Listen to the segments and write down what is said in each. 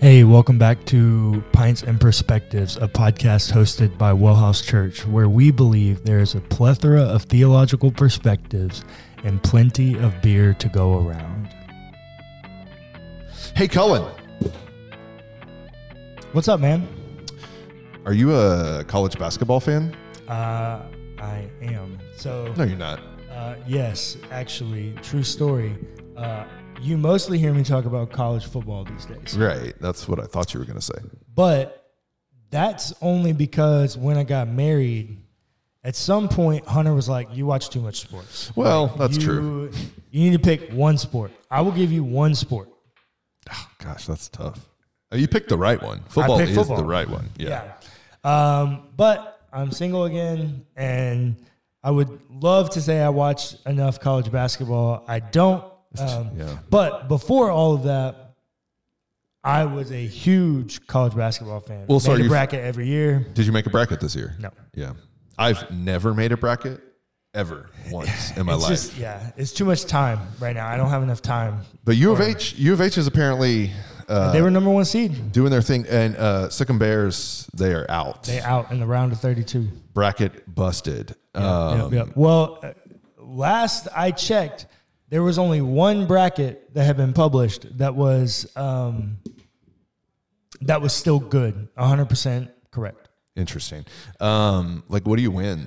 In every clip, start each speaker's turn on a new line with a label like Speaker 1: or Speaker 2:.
Speaker 1: Hey, welcome back to Pints and Perspectives, a podcast hosted by Wellhouse Church, where we believe there is a plethora of theological perspectives and plenty of beer to go around.
Speaker 2: Hey, Cullen,
Speaker 1: What's up, man?
Speaker 2: are you a college basketball fan?
Speaker 1: Uh, I am. So,
Speaker 2: No, you're not.
Speaker 1: uh, yes, actually, true story. Uh, you mostly hear me talk about college football these days.
Speaker 2: Right. That's what I thought you were going to say.
Speaker 1: But that's only because when I got married, at some point, Hunter was like, You watch too much sports.
Speaker 2: Well, that's
Speaker 1: you,
Speaker 2: true.
Speaker 1: You need to pick one sport. I will give you one sport.
Speaker 2: Gosh, that's tough. Oh, you picked the right one. Football
Speaker 1: picked
Speaker 2: is
Speaker 1: football.
Speaker 2: the right one.
Speaker 1: Yeah.
Speaker 2: Yeah.
Speaker 1: Um, but I'm single again, and I would love to say I watch enough college basketball. I don't. Um,
Speaker 2: Yeah.
Speaker 1: But before all of that, I was a huge college basketball fan.
Speaker 2: Well, so
Speaker 1: Made
Speaker 2: are
Speaker 1: a
Speaker 2: you-
Speaker 1: bracket every year.
Speaker 2: Did you make a bracket this year?
Speaker 1: No.
Speaker 2: Yeah. I've never made a bracket ever once in my
Speaker 1: It's
Speaker 2: life.
Speaker 1: just yeah, it's too much time right now. I don't have enough time.
Speaker 2: but U of H, U of H is apparently uh,
Speaker 1: they were number one seed.
Speaker 2: doing their thing, and uh, Sikkim Bears they are out.
Speaker 1: They out in the round of 32.
Speaker 2: bracket busted.
Speaker 1: Yep,
Speaker 2: Um,
Speaker 1: yep. Well, uh, last I checked, there was only one bracket that had been published that was um, that was still good, 100% correct.
Speaker 2: Interesting. Um, like, what do you win?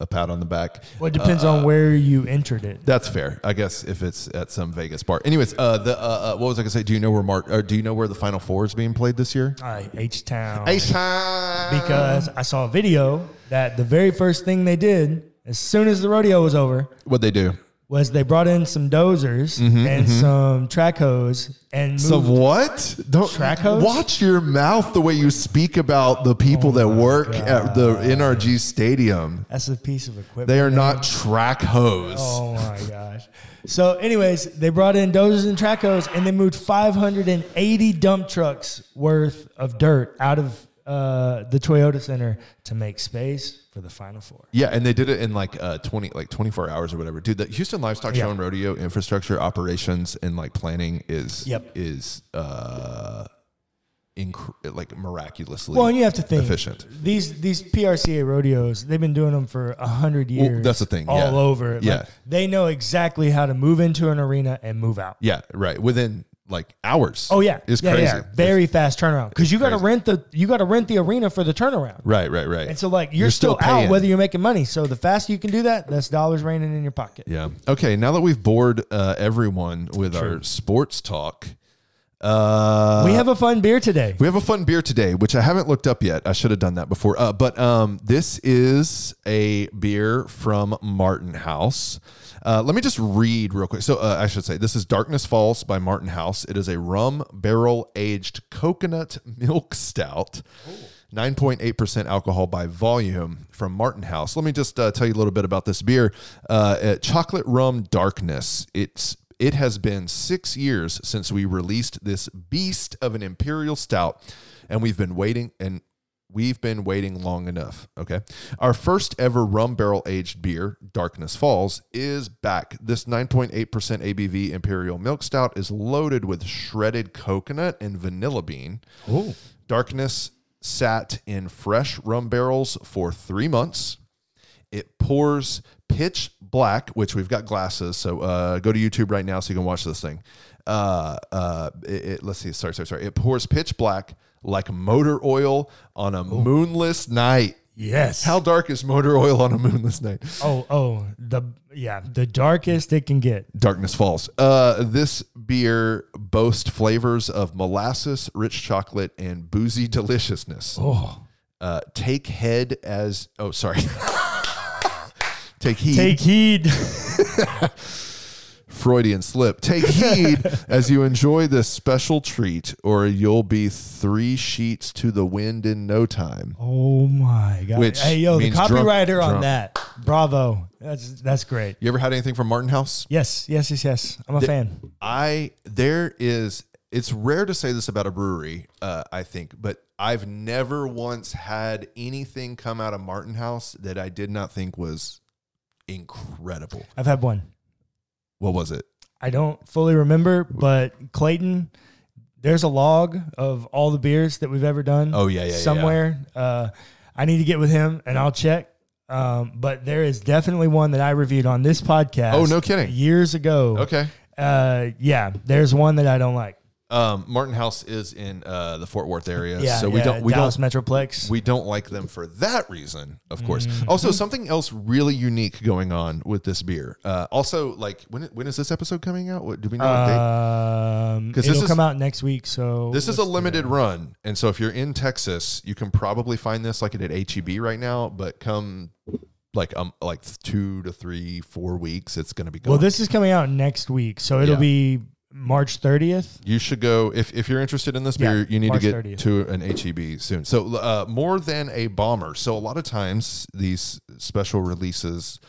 Speaker 2: A pat on the back.
Speaker 1: Well, it depends on where you entered it.
Speaker 2: That's fair, I guess. If it's at some Vegas bar, anyways. Uh, the uh, uh what was I gonna say? Do you know where Mark? Or do you know where the Final Four is being played this year?
Speaker 1: All right, H Town.
Speaker 2: time.
Speaker 1: Because I saw a video that the very first thing they did as soon as the rodeo was over
Speaker 2: What they do?
Speaker 1: was they brought in some dozers and some track hoes and moved
Speaker 2: Some what? Don't
Speaker 1: Track hoes?
Speaker 2: watch your mouth the way you speak about the people
Speaker 1: Oh
Speaker 2: that work at the NRG Stadium.
Speaker 1: That's a piece of equipment.
Speaker 2: They are not track hoes.
Speaker 1: Oh my gosh. So, anyways, they brought in dozers and tracos and they moved 580 dump trucks worth of dirt out of uh, the Toyota Center to make space for the Final Four.
Speaker 2: Yeah, and they did it in like uh, twenty, like twenty four hours or whatever. Dude, the Houston Livestock Show and Rodeo infrastructure operations and like planning is
Speaker 1: Yep.
Speaker 2: is uh, inc- like miraculously.
Speaker 1: Well, and you have to think
Speaker 2: efficient.
Speaker 1: These these PRCA rodeos, they've been doing them for a hundred years.
Speaker 2: that's the thing,
Speaker 1: all
Speaker 2: yeah.
Speaker 1: over. Like,
Speaker 2: Yeah.
Speaker 1: they know exactly how to move into an arena and move out.
Speaker 2: Yeah, right. Within like hours.
Speaker 1: Oh yeah,
Speaker 2: it's
Speaker 1: yeah,
Speaker 2: crazy.
Speaker 1: yeah. very fast turnaround because you got to
Speaker 2: crazy.
Speaker 1: rent the you got to rent the arena for the turnaround.
Speaker 2: right, right, right.
Speaker 1: And so, like, you're, still, out whether you're making money. So, the faster you can do that, that's dollars raining in your pocket.
Speaker 2: Yeah. Okay. Now that we've bored uh, everyone with our sports talk, uh,
Speaker 1: we have a fun beer today.
Speaker 2: We have a fun beer today, which I haven't looked up yet. I should have done that before. Uh, but um, this is a beer from Martin House. Uh, let me just read real quick. So uh, I should say this is Darkness Falls by Martin House. It is a rum barrel aged coconut milk stout. 9.8% alcohol by volume from Martin House. Let me just uh, tell you a little bit about this beer. Uh, uh, Chocolate Rum Darkness. It's it has been six years since we released this beast of an imperial stout, and we've been waiting and we've been waiting long enough. Okay, our first ever rum barrel aged beer, Darkness Falls, is back. This 9.8% ABV imperial milk stout is loaded with shredded coconut and vanilla bean. Darkness sat in fresh rum barrels for three months. It pours pitch black, which we've got glasses. So uh, go to YouTube right now so you can watch this thing. Uh, uh, it, it- let's see. Sorry, sorry, sorry. It pours pitch black like motor oil on a moonless night.
Speaker 1: Yes.
Speaker 2: How dark is motor oil on a moonless night?
Speaker 1: oh, oh, the yeah, the darkest it can get.
Speaker 2: Darkness Falls. Uh, this beer boasts flavors of molasses, rich chocolate, and boozy deliciousness.
Speaker 1: Oh,
Speaker 2: uh, take head as oh sorry take heed
Speaker 1: take heed.
Speaker 2: freudian slip take heed as you enjoy this special treat or you'll be three sheets to the wind in no time
Speaker 1: oh my god.
Speaker 2: Which
Speaker 1: hey, yo, the
Speaker 2: means drunk-
Speaker 1: copywriter on
Speaker 2: drunk.
Speaker 1: that. Bravo. That's that's great.
Speaker 2: you ever had anything from martin house
Speaker 1: Yes, yes, yes, yes. I'm a fan.
Speaker 2: i there is it's rare to say this about a brewery uh, i think but i've never once had anything come out of martin house that i did not think was incredible
Speaker 1: I've had one.
Speaker 2: what was it
Speaker 1: I don't fully remember, but Clayton, there's a log of all the beers that we've ever done.
Speaker 2: Oh, yeah, yeah, yeah, yeah.
Speaker 1: somewhere. Uh, I need to get with him and I'll check. Um, but there is definitely one that I reviewed on this podcast.
Speaker 2: Oh, no kidding.
Speaker 1: Years ago.
Speaker 2: Okay.
Speaker 1: Uh, yeah, there's one that I don't like.
Speaker 2: Um, Martin House is in uh, the Fort Worth area,
Speaker 1: Yeah,
Speaker 2: so we
Speaker 1: yeah,
Speaker 2: don't we
Speaker 1: Dallas
Speaker 2: don't
Speaker 1: Metroplex.
Speaker 2: we don't like them for that reason, of course.
Speaker 1: Mm.
Speaker 2: Also, something else really unique going on with this beer. Uh, also, like when when is this episode coming out? What do we know? a date?
Speaker 1: um,
Speaker 2: 'Cause
Speaker 1: it'll
Speaker 2: this is-
Speaker 1: come out next week. So
Speaker 2: This is a limited run, and so if you're in Texas, you can probably find this like at HEB right now. But come like um like two to three four weeks, it's going to be gone.
Speaker 1: well, this is coming out next week, so it'll
Speaker 2: Yeah.
Speaker 1: be March 30th.
Speaker 2: you should go if, if you're interested in this
Speaker 1: Yeah,
Speaker 2: beer. you need
Speaker 1: March
Speaker 2: to
Speaker 1: 30th.
Speaker 2: get to an HEB soon. So uh, more than a bomber. So a lot of times these special releases.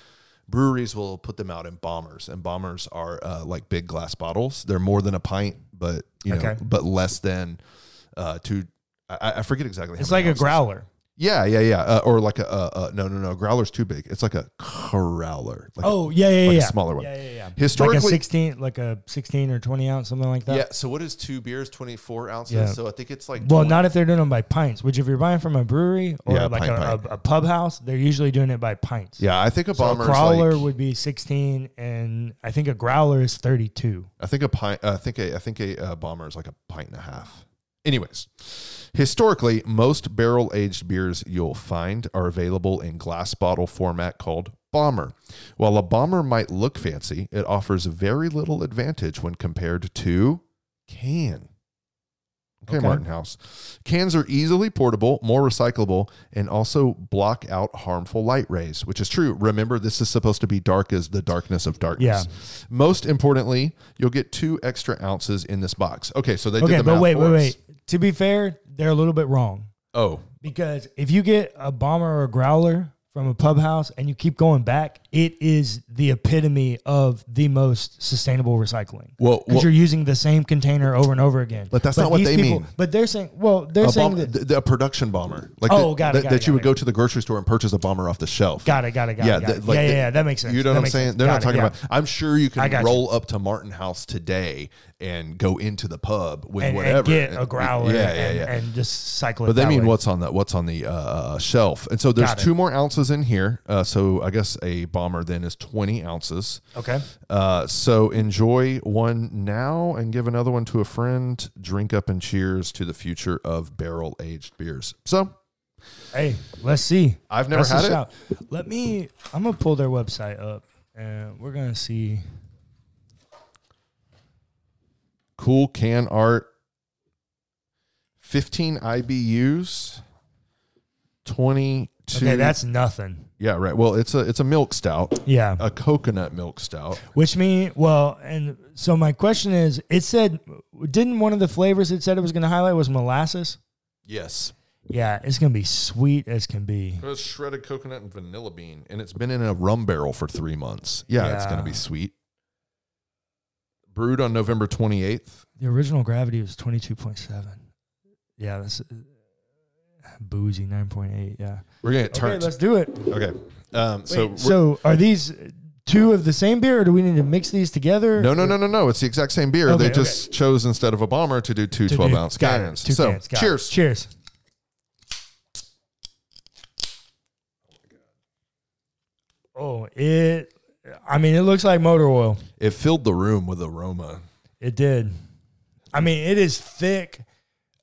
Speaker 2: Breweries will put them out in bombers, and bombers are uh, like big glass bottles. They're more than a pint, but you know,
Speaker 1: Okay.
Speaker 2: but less than uh, two. I, I forget exactly. how
Speaker 1: It's
Speaker 2: many
Speaker 1: like a
Speaker 2: ounces.
Speaker 1: growler.
Speaker 2: Yeah, yeah, yeah. Uh, or like a uh, uh, no, no, no. Growler's too big. It's like a crowler. Like
Speaker 1: Oh yeah, yeah,
Speaker 2: a, like
Speaker 1: yeah.
Speaker 2: a smaller one.
Speaker 1: Yeah, yeah, yeah.
Speaker 2: Historically,
Speaker 1: like a 16, like a 16 or 20 ounce, something like that.
Speaker 2: yeah. So what is two beers? Twenty four ounces.
Speaker 1: Yeah.
Speaker 2: So I think it's like
Speaker 1: Well,
Speaker 2: 20
Speaker 1: not if they're doing them by pints. Which, if you're buying from a brewery or
Speaker 2: Yeah,
Speaker 1: like
Speaker 2: pint,
Speaker 1: a,
Speaker 2: pint.
Speaker 1: A, a pub house, they're usually doing it by pints.
Speaker 2: Yeah, I think a
Speaker 1: So a
Speaker 2: bomber.
Speaker 1: crawler
Speaker 2: Like,
Speaker 1: would be 16, and I think a growler is 32.
Speaker 2: I think a pint. I think a. I think a uh, bomber is like a pint and a half. Anyways, historically, most barrel aged beers you'll find are available in glass bottle format called bomber. While a bomber might look fancy, it offers very little advantage when compared to can. Okay,
Speaker 1: Okay.
Speaker 2: Martin House. Cans are easily portable, more recyclable, and also block out harmful light rays, which is true. Remember, this is supposed to be dark as the darkness of darkness. Most importantly, you'll get two extra ounces in this box. Okay, so they did
Speaker 1: Okay,
Speaker 2: the
Speaker 1: but
Speaker 2: math
Speaker 1: wait, wait,
Speaker 2: for us.
Speaker 1: wait. To be fair, they're a little bit wrong
Speaker 2: Oh,
Speaker 1: because if you get a bomber or a growler from a pub house and you keep going back, it is the epitome of the most sustainable recycling.
Speaker 2: well,
Speaker 1: because you're using the same container over and over again.
Speaker 2: But that's not what
Speaker 1: these
Speaker 2: they
Speaker 1: people-
Speaker 2: mean.
Speaker 1: But they're saying, well, they're
Speaker 2: a,
Speaker 1: saying
Speaker 2: bomb,
Speaker 1: that.
Speaker 2: th- th- a production bomber, like
Speaker 1: Oh,
Speaker 2: that-
Speaker 1: got it,
Speaker 2: that,
Speaker 1: got
Speaker 2: that
Speaker 1: it, got
Speaker 2: you would
Speaker 1: it.
Speaker 2: go to the grocery store and purchase a bomber off the shelf.
Speaker 1: Got it. Got it. Got
Speaker 2: yeah,
Speaker 1: it. Got
Speaker 2: that-
Speaker 1: it.
Speaker 2: like
Speaker 1: yeah, yeah,
Speaker 2: that-
Speaker 1: yeah. That makes sense.
Speaker 2: You know
Speaker 1: That
Speaker 2: what I'm
Speaker 1: makes
Speaker 2: saying?
Speaker 1: sense.
Speaker 2: They're not
Speaker 1: Got it,
Speaker 2: talking
Speaker 1: yeah.
Speaker 2: about. I'm sure you
Speaker 1: I
Speaker 2: can
Speaker 1: got you.
Speaker 2: roll up to Martin House today and go into the pub with
Speaker 1: and,
Speaker 2: whatever.
Speaker 1: and get
Speaker 2: and-
Speaker 1: a growler.
Speaker 2: Yeah, yeah, yeah.
Speaker 1: And, and just cycle it.
Speaker 2: but they
Speaker 1: that
Speaker 2: mean
Speaker 1: way.
Speaker 2: what's on the what's on the uh, shelf, and so there's
Speaker 1: Got it.
Speaker 2: two more ounces in here. Uh, so I guess a bomber then is 20 ounces.
Speaker 1: Okay.
Speaker 2: Uh, so enjoy one now and give another one to a friend. Drink up and cheers to the future of barrel aged beers. So
Speaker 1: Hey, let's see.
Speaker 2: I've never
Speaker 1: Let's
Speaker 2: had
Speaker 1: just
Speaker 2: it.
Speaker 1: shout. Let me. I'm gonna pull their website up, and we're gonna see.
Speaker 2: cool can art 15 ibus 22
Speaker 1: Okay, that's nothing.
Speaker 2: yeah right well it's a it's a milk stout
Speaker 1: Yeah.
Speaker 2: a coconut milk stout
Speaker 1: Which mean well, and so my question is, it said, didn't one of the flavors it said it was gonna highlight was molasses?
Speaker 2: yes
Speaker 1: Yeah, it's gonna be sweet as can be.
Speaker 2: it's shredded coconut and vanilla bean and it's been in a rum barrel for three months yeah, it's gonna
Speaker 1: Yeah.
Speaker 2: be sweet brewed on november 28th
Speaker 1: The original gravity was 22.7. Yeah, that's uh, boozy 9.8. Yeah.
Speaker 2: we're gonna get
Speaker 1: Okay,
Speaker 2: turned
Speaker 1: let's do it.
Speaker 2: okay, um so,
Speaker 1: Wait,
Speaker 2: we're-
Speaker 1: so are these two of the same beer, or do we need to mix these together?
Speaker 2: no, no, no, no, no. It's the exact same beer.
Speaker 1: Okay,
Speaker 2: they
Speaker 1: okay.
Speaker 2: just chose instead of a bomber to do two
Speaker 1: To
Speaker 2: 12
Speaker 1: do-
Speaker 2: ounce
Speaker 1: got it.
Speaker 2: cans.
Speaker 1: Two
Speaker 2: so,
Speaker 1: cans, got it.
Speaker 2: cheers.
Speaker 1: Cheers. Oh, it. I mean, it looks like motor oil.
Speaker 2: It filled the room with aroma.
Speaker 1: It did. I mean, it is thick.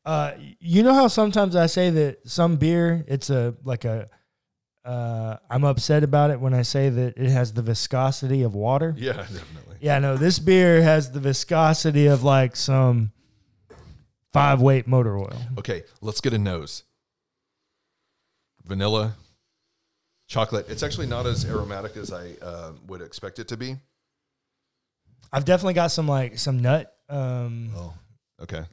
Speaker 1: Uh, you know how sometimes I say that some beer, it's a like a. Uh, I'm upset about it when I say that it has the viscosity of water.
Speaker 2: Yeah, definitely.
Speaker 1: Yeah, no, this beer has the viscosity of like some five weight motor oil.
Speaker 2: Okay, let's get a nose. Vanilla, chocolate. It's actually not as aromatic as I uh, would expect it to be.
Speaker 1: I've definitely got some like some nut. Um,
Speaker 2: Oh, okay.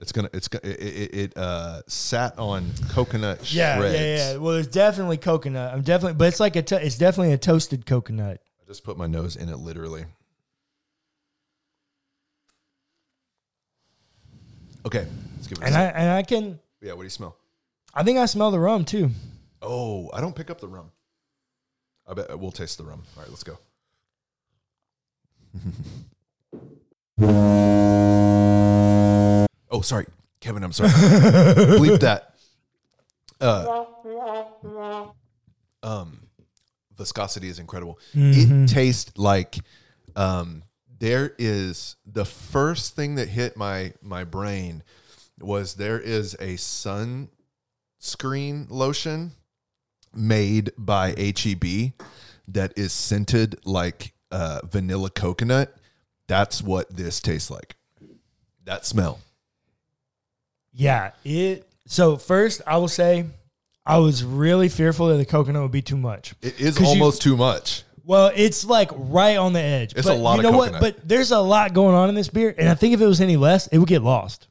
Speaker 2: It's gonna. It's gonna. It, it, it uh, sat on coconut
Speaker 1: yeah, yeah,
Speaker 2: shreds.
Speaker 1: yeah. Well, it's definitely coconut. I'm definitely, but it's like a, to- it's definitely a toasted coconut.
Speaker 2: I just put my nose in it literally. Okay, let's give it. A
Speaker 1: And
Speaker 2: sip.
Speaker 1: I and I can,
Speaker 2: yeah, what do you smell?
Speaker 1: I think I smell the rum too.
Speaker 2: Oh, I don't pick up the rum. I bet we'll taste the rum. All right, let's go. Oh, sorry, Kevin. I'm sorry. Bleep that. Uh, um, viscosity is incredible. It tastes like um, there is the first thing that hit my my brain was there is a sunscreen lotion made by HEB that is scented like uh, vanilla coconut. That's what this tastes like. That smell.
Speaker 1: Yeah, it. So first, I will say, I was really fearful that the coconut would be too much.
Speaker 2: It is
Speaker 1: 'Cause you-
Speaker 2: almost too much.
Speaker 1: Well, it's like right on the edge.
Speaker 2: It's a lot
Speaker 1: You
Speaker 2: of
Speaker 1: know what?
Speaker 2: coconut.
Speaker 1: But there's a lot going on in this beer, and I think if it was any less, it would get lost.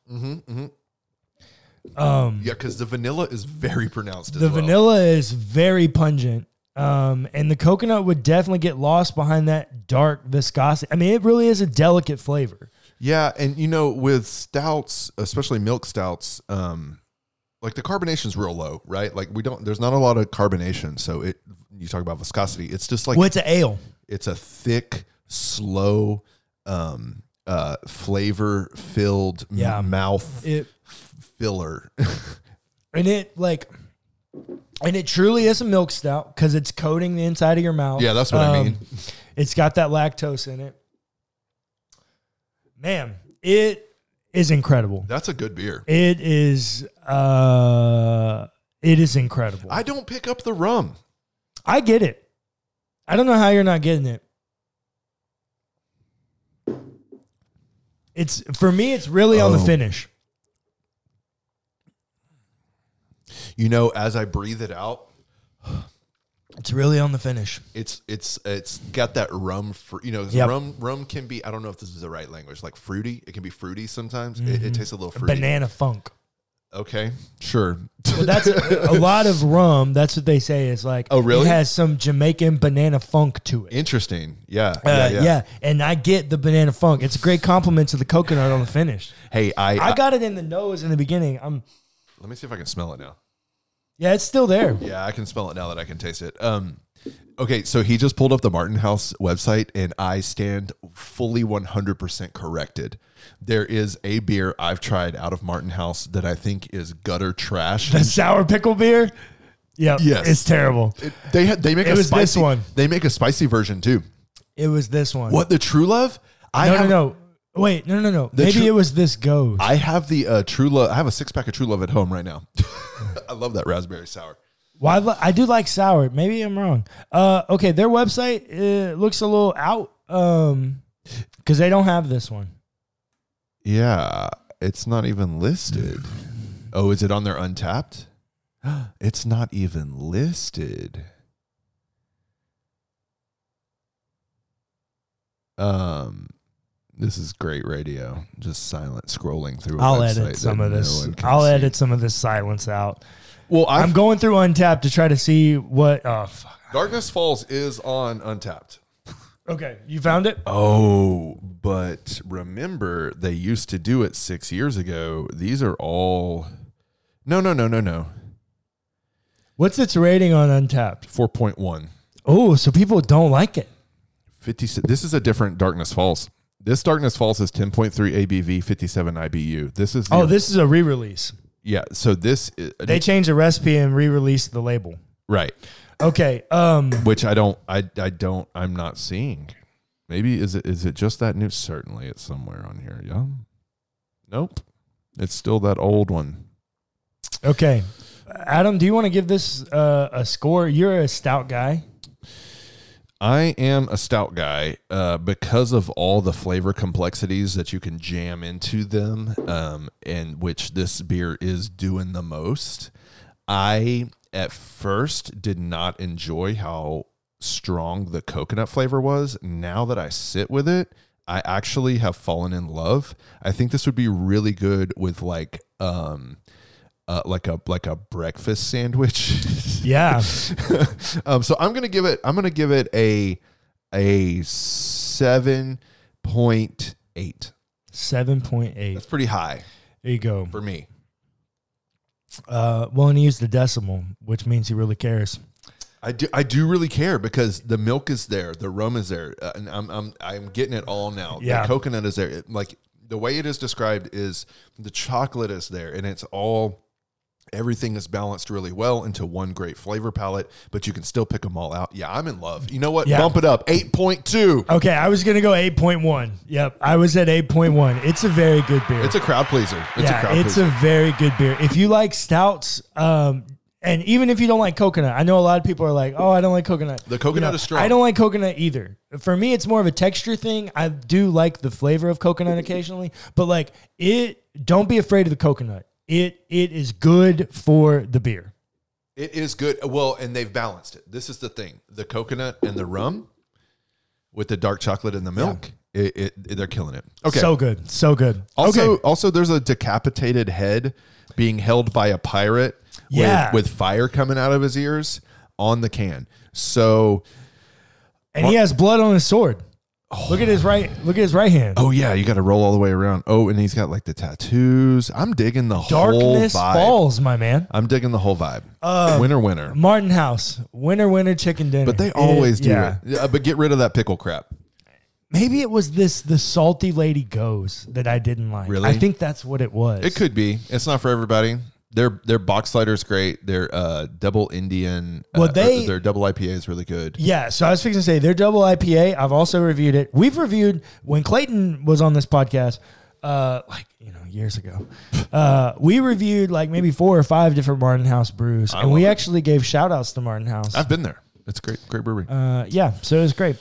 Speaker 2: Yeah, because the vanilla is very pronounced. As
Speaker 1: The
Speaker 2: well.
Speaker 1: vanilla is very pungent. Um, and the coconut would definitely get lost behind that dark viscosity. I mean, it really is a delicate flavor.
Speaker 2: Yeah, and you know, with stouts, especially milk stouts, um, like the carbonation's real low, right? Like we don't, there's not a lot of carbonation, so it. You talk about viscosity, it's just like
Speaker 1: Well, it's an ale.
Speaker 2: it's a thick, slow, um, uh, flavor filled
Speaker 1: Yeah.
Speaker 2: mouth
Speaker 1: It
Speaker 2: filler.
Speaker 1: and it like and it truly is a milk stout because it's coating the inside of your mouth.
Speaker 2: yeah, that's what I
Speaker 1: Um,
Speaker 2: mean.
Speaker 1: It's got that lactose in it. Man, it is incredible.
Speaker 2: That's a good beer.
Speaker 1: It is uh it is incredible. I,
Speaker 2: I don't pick up the rum.
Speaker 1: get it. I don't know how you're not getting it. It's for me it's really on the
Speaker 2: Oh.
Speaker 1: finish.
Speaker 2: You know, as I breathe it out,
Speaker 1: It's really on the finish.
Speaker 2: it's it's it's got that rum fr- you know 'cause
Speaker 1: Yep.
Speaker 2: rum rum can be i don't know if this is the right language like fruity it can be fruity sometimes it, it tastes a little fruity
Speaker 1: Mm-hmm. Banana funk.
Speaker 2: okay sure
Speaker 1: Well, that's a lot of rum. That's what they say is like.
Speaker 2: Oh, really?
Speaker 1: It has some Jamaican banana funk to it.
Speaker 2: interesting yeah,
Speaker 1: Uh,
Speaker 2: yeah,
Speaker 1: yeah.
Speaker 2: yeah
Speaker 1: and I get the banana funk. It's a great compliment to the coconut on the finish.
Speaker 2: hey I,
Speaker 1: I
Speaker 2: I-
Speaker 1: got it in the nose in the beginning. I'm
Speaker 2: let me see if i can smell it now
Speaker 1: yeah, it's still there.
Speaker 2: yeah i can smell it now that i can taste it um okay so he just pulled up the martin house website and i stand fully 100% corrected there is a beer i've tried out of martin house that i think is gutter trash
Speaker 1: The sour pickle beer. Yeah,
Speaker 2: Yes.
Speaker 1: it's terrible.
Speaker 2: It- they had they make
Speaker 1: It
Speaker 2: a
Speaker 1: was
Speaker 2: spicy,
Speaker 1: this one.
Speaker 2: They make a spicy version too.
Speaker 1: It was this one.
Speaker 2: What the True Love? I
Speaker 1: No, no,
Speaker 2: have,
Speaker 1: no. Wait, no, no, no. Maybe
Speaker 2: tru-
Speaker 1: it was this goes.
Speaker 2: I have the uh, True Love. I have a six pack of True Love at home right now. I love that raspberry sour.
Speaker 1: Why? li- I do like sour. Maybe I'm wrong. Uh, okay, their website uh, looks a little out um, because they don't have this one.
Speaker 2: Yeah, it's not even listed. Oh, is it on their Untapped? It's not even listed. Um, this is great radio. Just silent scrolling through. i
Speaker 1: I'll edit some of this. I'll edit some of this silence out.
Speaker 2: Well,
Speaker 1: i
Speaker 2: I've
Speaker 1: am going through Untapped to try to see what. Oh, fuck.
Speaker 2: Darkness Falls is on Untapped.
Speaker 1: okay. You found it.
Speaker 2: Oh, but remember they used to do it six years ago. These are all no, no, no, no, no.
Speaker 1: What's its rating on Untapped?
Speaker 2: Four point one.
Speaker 1: Oh, so people don't like it.
Speaker 2: 56. This is a different Darkness Falls. This Darkness Falls is 10.3 ABV, 57 IBU. This is the,
Speaker 1: Oh, this is a re-release.
Speaker 2: yeah. So this is,
Speaker 1: They changed the recipe and re-released the label.
Speaker 2: right,
Speaker 1: Okay. Um.
Speaker 2: which I don't, I, I don't, I'm not seeing. Maybe is it is it just that new? Certainly, it's somewhere on here. Yeah. Nope, it's still that old one.
Speaker 1: Okay. Adam, do you want to give this uh, a score? You're a stout guy.
Speaker 2: I am a stout guy uh, because of all the flavor complexities that you can jam into them, um, and which this beer is doing the most. I at first did not enjoy how strong the coconut flavor was. Now that I sit with it, I actually have fallen in love. I think this would be really good with like um, uh, like a like a breakfast sandwich.
Speaker 1: Yeah.
Speaker 2: um, so I'm gonna give it. I'm gonna give it a a seven point eight.
Speaker 1: Seven point eight.
Speaker 2: That's pretty high
Speaker 1: There you go.
Speaker 2: for me.
Speaker 1: Uh, well, and he used the decimal, which means he really cares.
Speaker 2: I do. I do really care because the milk is there, the rum is there, uh, and I'm I'm I'm getting it all now.
Speaker 1: Yeah.
Speaker 2: The coconut is there. It- like the way it is described is the chocolate is there and it's all everything is balanced really well into one great flavor palette but you can still pick them all out yeah i'm in love you know what
Speaker 1: Yeah. Uh,
Speaker 2: bump it up 8.2
Speaker 1: Okay, I was gonna go eight point one. Yep, I was at eight point one. It's a very good beer.
Speaker 2: it's a crowd pleaser it's a
Speaker 1: yeah,
Speaker 2: crowd
Speaker 1: it's
Speaker 2: pleaser
Speaker 1: a very good beer. If you like stouts, um, and even if you don't like coconut, I know a lot of people are like, "Oh, I don't like coconut."
Speaker 2: The coconut is strong.
Speaker 1: I don't like coconut either. For me, it's more of a texture thing. I do like the flavor of coconut occasionally, but like it, don't be afraid of the coconut. It it is good for the beer.
Speaker 2: it is good well and they've balanced it this is the thing the coconut and the rum with the dark chocolate and the milk it, it, they're killing it okay
Speaker 1: So good, so good.
Speaker 2: Also,
Speaker 1: okay.
Speaker 2: also, there's a decapitated head being held by a pirate
Speaker 1: Yeah.
Speaker 2: with, with fire coming out of his ears on the can. So,
Speaker 1: and he has blood on his sword. Look at his right. Look at his right hand.
Speaker 2: oh yeah, you got to roll all the way around. Oh, and he's got like the tattoos. I'm digging the whole vibe.
Speaker 1: Darkness Um, falls, my man.
Speaker 2: I'm digging the whole vibe. winner, winner.
Speaker 1: Martin House, winner, winner, chicken dinner.
Speaker 2: But they always do
Speaker 1: yeah.
Speaker 2: it. Yeah, but get rid of that pickle crap.
Speaker 1: Maybe it was this the salty lady goes that I didn't like.
Speaker 2: Really?
Speaker 1: I think that's what it was.
Speaker 2: It could be. It's not for everybody. Their their box cider is great. Their uh, double Indian.
Speaker 1: Well,
Speaker 2: uh,
Speaker 1: they-
Speaker 2: their double IPA is really good.
Speaker 1: Yeah, so I was fixing to say their double IPA. I've also reviewed it. We've reviewed when Clayton was on this podcast, uh, like you know years ago. Uh, we reviewed like maybe four or five different Martin House brews, and we actually gave shout outs to Martin House.
Speaker 2: I've been there. It's a great, great brewery.
Speaker 1: Uh, yeah, so it was great.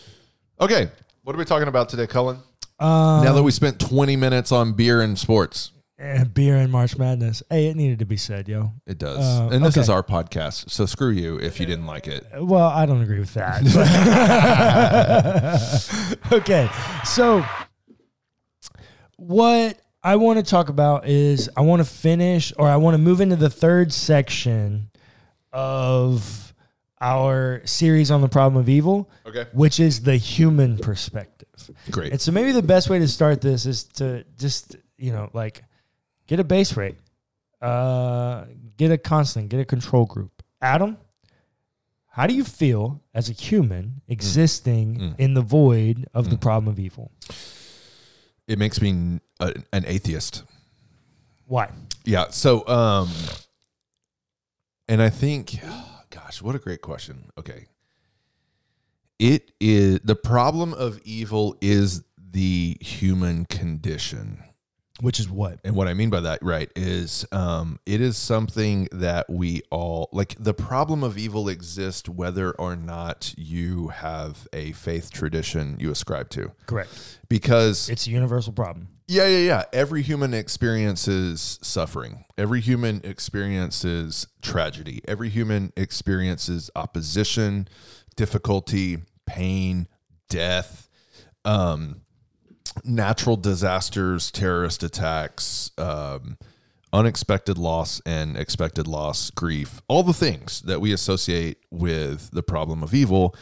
Speaker 2: Okay, what are we talking about today, Cullen?
Speaker 1: Um,
Speaker 2: now that we spent 20 minutes on beer and sports,
Speaker 1: Eh, beer and March Madness. Hey, it needed to be said, yo.
Speaker 2: it does.
Speaker 1: Uh,
Speaker 2: and this
Speaker 1: okay. Uh,
Speaker 2: is our podcast, so screw you if you didn't like it.
Speaker 1: Well, I don't agree with that. but- okay. So, what I want to talk about is I want to finish or I want to move into the third section of our series on the problem of evil,
Speaker 2: Okay.
Speaker 1: which is the human perspective.
Speaker 2: Great.
Speaker 1: And so, maybe the best way to start this is to just, you know, like get a base rate, uh, get a constant, get a control group. Adam, how do you feel as a
Speaker 2: Mm.
Speaker 1: human existing in the void of the problem of evil?
Speaker 2: it makes me n- a- an atheist.
Speaker 1: Why?
Speaker 2: Yeah. So, um, and I think, gosh, what a great question. Okay. It is the problem of evil is the human condition.
Speaker 1: Which is what?
Speaker 2: And what I mean by that, right, is um, it is something that we all like. The problem of evil exists whether or not you have a faith tradition you ascribe to,
Speaker 1: Correct.
Speaker 2: because
Speaker 1: It's a universal problem.
Speaker 2: yeah, yeah, yeah. Every human experiences suffering. Every human experiences tragedy. Every human experiences opposition, difficulty, pain, death, um, natural disasters, terrorist attacks, um, unexpected loss and expected loss, grief, all the things that we associate with the problem of evil.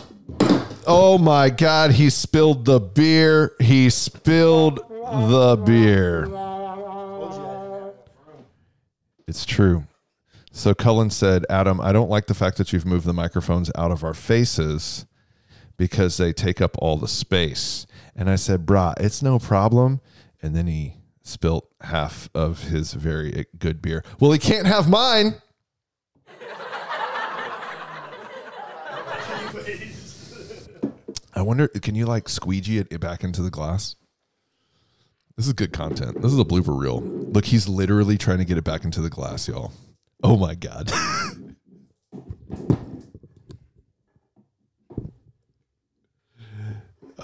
Speaker 2: Oh my God, he spilled the beer. He spilled the beer. It's true. So Cullen said, Adam, I don't like the fact that you've moved the microphones out of our faces because they take up all the space. And I said, Brah, it's no problem. And then he spilt half of his very good beer. Well, he can't have mine. I wonder, can you like squeegee it back into the glass? This is good content. This is a blooper reel. Look, he's literally trying to get it back into the glass, y'all. Oh my god.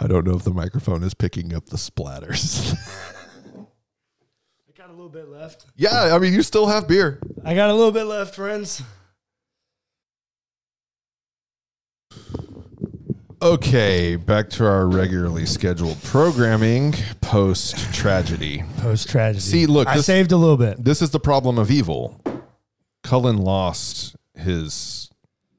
Speaker 2: I don't know if the microphone is picking up the splatters.
Speaker 1: I got a little bit left.
Speaker 2: yeah, I mean, you still have beer.
Speaker 1: I got a little bit left, friends.
Speaker 2: Okay, back to our regularly scheduled programming post tragedy.
Speaker 1: Post tragedy.
Speaker 2: See, look,
Speaker 1: I
Speaker 2: this-
Speaker 1: saved a little bit.
Speaker 2: this is the problem of evil. Cullen lost his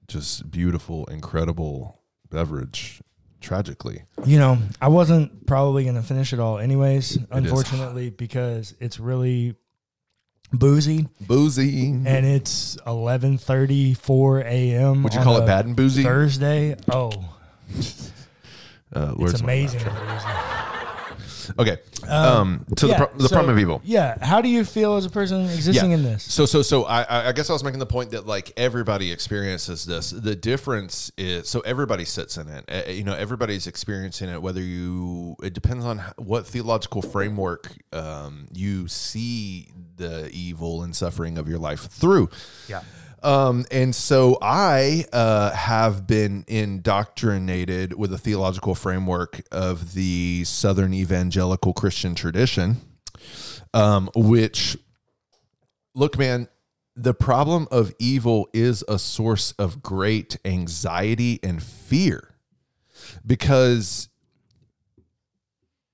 Speaker 2: just beautiful, incredible beverage tragically.
Speaker 1: You know, I wasn't probably going to finish it all, anyways,
Speaker 2: hot.
Speaker 1: unfortunately, because it's really boozy
Speaker 2: Boozy.
Speaker 1: and it's 11:34 a.m.
Speaker 2: Would you
Speaker 1: on
Speaker 2: call it
Speaker 1: a
Speaker 2: bad and boozy?
Speaker 1: Thursday. Oh,
Speaker 2: Uh,
Speaker 1: it's
Speaker 2: where's my-
Speaker 1: amazing.
Speaker 2: Okay. Um, so
Speaker 1: Yeah,
Speaker 2: the, pro- the
Speaker 1: so-
Speaker 2: problem of evil.
Speaker 1: Yeah. How do you feel as a person existing in this?
Speaker 2: So so so I- I I guess I was making the point that like everybody experiences this. The difference is so everybody sits in it. Uh, You know, everybody's experiencing it. Whether you it depends on h- what theological framework um, you see the evil and suffering of your life through.
Speaker 1: Yeah.
Speaker 2: Um, and so I uh, have been indoctrinated with a theological framework of the Southern Evangelical Christian tradition, um, which, look, man, the problem of evil is a source of great anxiety and fear because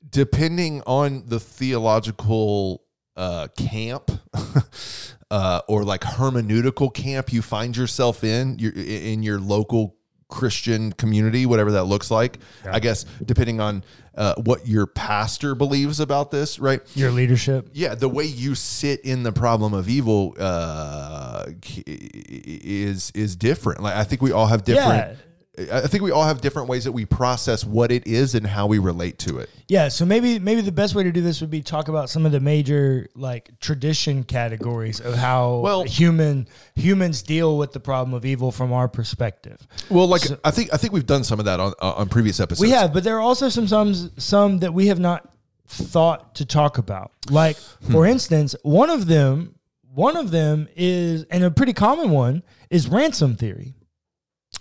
Speaker 2: depending on the theological uh, camp uh, or like hermeneutical camp you find yourself in your in your local Christian community, whatever that looks like, I guess depending on uh, what your pastor believes about this, right?
Speaker 1: Your leadership.
Speaker 2: yeah, the way you sit in the problem of evil uh, c- is is different. Like I think we all have different. I I think we all have different ways that we process what it is and how we relate to it.
Speaker 1: Yeah. So maybe maybe the best way to do this would be talk about some of the major like tradition categories of how
Speaker 2: Well-
Speaker 1: human humans deal with the problem of evil from our perspective.
Speaker 2: Well, like I think I think we've done some of that on uh, on previous episodes.
Speaker 1: We have, but there are also some some some that we have not thought to talk about. Like for instance, one of them, one of them is, and a pretty common one is ransom theory,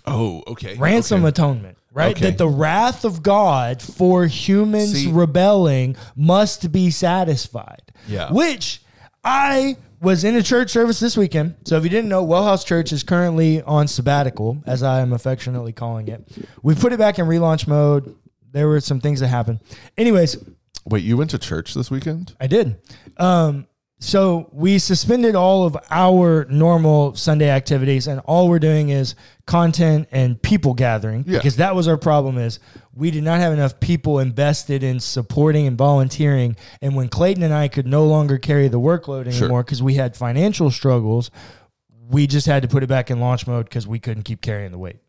Speaker 2: Oh, okay.
Speaker 1: ransom
Speaker 2: Okay.
Speaker 1: atonement. Right,
Speaker 2: Okay.
Speaker 1: that the wrath of God for humans
Speaker 2: See-
Speaker 1: rebelling must be satisfied.
Speaker 2: Yeah.
Speaker 1: which I was in a church service this weekend. So if you didn't know, Wellhouse Church is currently on sabbatical, as I am affectionately calling it. We put it back in relaunch mode. There were some things that happened. Anyways,
Speaker 2: Wait, you went to church this weekend?
Speaker 1: I did. Um, so we suspended all of our normal Sunday activities, and all we're doing is content and people gathering
Speaker 2: Yeah.
Speaker 1: because that was our problem. Is we did not have enough people invested in supporting and volunteering, and when Clayton and I could no longer carry the workload anymore because we had financial struggles, we just had to put it back in launch mode because we couldn't keep carrying the weight.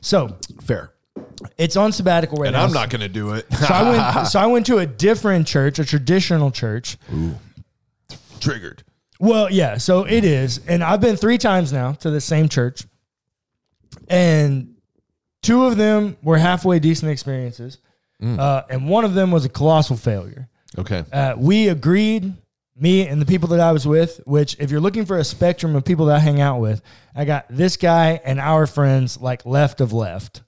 Speaker 1: So
Speaker 2: Fair.
Speaker 1: it's on sabbatical right
Speaker 2: And
Speaker 1: now.
Speaker 2: I'm not going to do it.
Speaker 1: So I went. so I went to a different church, a traditional church.
Speaker 2: Triggered.
Speaker 1: Well, yeah, so it is. And I've been three times now to the same church. And two of them were halfway decent experiences. Uh, and one of them was a colossal failure.
Speaker 2: Okay.
Speaker 1: Uh, we agreed, me and the people that I was with, which, if you're looking for a spectrum of people that I hang out with, I got this guy and our friends like left of left.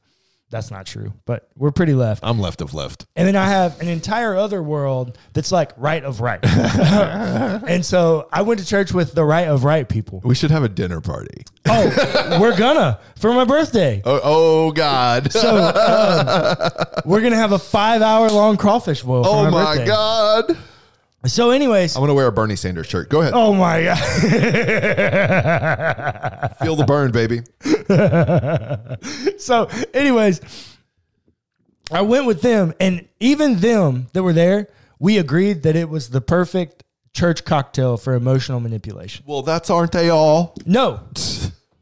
Speaker 1: That's not true, but we're pretty left.
Speaker 2: I'm left of left.
Speaker 1: And then I have an entire other world that's like right of right. and so I went to church with the right of right people.
Speaker 2: We should have a dinner party.
Speaker 1: Oh, we're gonna for my birthday.
Speaker 2: Oh, oh God.
Speaker 1: So um, we're gonna have a five hour long crawfish boil. For
Speaker 2: oh
Speaker 1: my,
Speaker 2: my
Speaker 1: birthday.
Speaker 2: God.
Speaker 1: So, anyways,
Speaker 2: I'm going to wear a Bernie Sanders shirt. Go ahead.
Speaker 1: oh my god.
Speaker 2: Feel the burn, baby.
Speaker 1: So, anyways, I went with them, and even them that were there, we agreed that it was the perfect church cocktail for emotional manipulation.
Speaker 2: Well, that's aren't they all?
Speaker 1: No,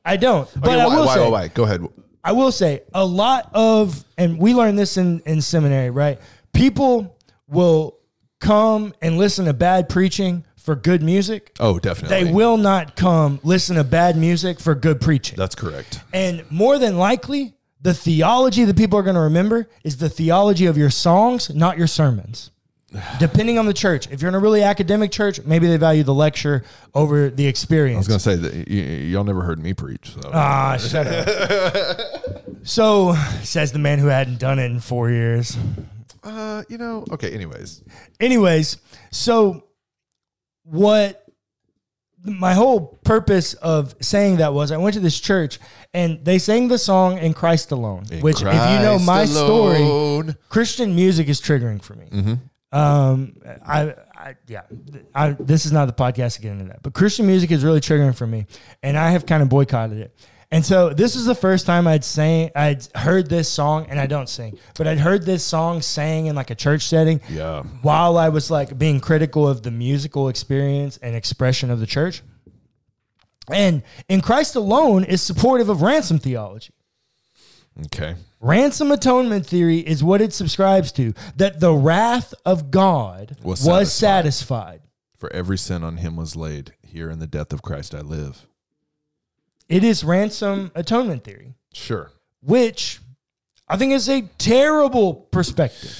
Speaker 1: I don't. But
Speaker 2: Okay,
Speaker 1: I
Speaker 2: why,
Speaker 1: will
Speaker 2: why,
Speaker 1: say,
Speaker 2: why, why? Go ahead.
Speaker 1: I will say a lot of, and we learned this in, in seminary, right? People will come and listen to bad preaching for good music.
Speaker 2: Oh, definitely.
Speaker 1: They will not come listen to bad music for good preaching.
Speaker 2: That's correct.
Speaker 1: And more than likely, the theology that people are going to remember is the theology of your songs, not your sermons. Depending on the church, if you're in a really academic church, maybe they value the lecture over the experience.
Speaker 2: I was going to say that y- y- y'all never heard me preach. So.
Speaker 1: Ah, shut up. so says the man who hadn't done it in four years.
Speaker 2: Uh, you know, okay, anyways.
Speaker 1: Anyways, so what my whole purpose of saying that was I went to this church and they sang the song In Christ Alone, which, if you know my
Speaker 2: Christ
Speaker 1: story,
Speaker 2: alone.
Speaker 1: Christian music is triggering for me. Um, I, I, yeah, I, this is not the podcast to get into that, but Christian music is really triggering for me, and I have kind of boycotted it. And so this is the first time I'd sang, I'd heard this song, and I don't sing, but I'd heard this song sang in like a church setting.
Speaker 2: Yeah.
Speaker 1: While I was like being critical of the musical experience and expression of the church, and in Christ alone is supportive of ransom theology.
Speaker 2: Okay.
Speaker 1: Ransom atonement theory is what it subscribes to that the wrath of God
Speaker 2: Was
Speaker 1: was, satisfied.
Speaker 2: satisfied. For every sin on him was laid, here in the death of Christ I live.
Speaker 1: It is ransom atonement theory,
Speaker 2: Sure.
Speaker 1: which I think is a terrible perspective.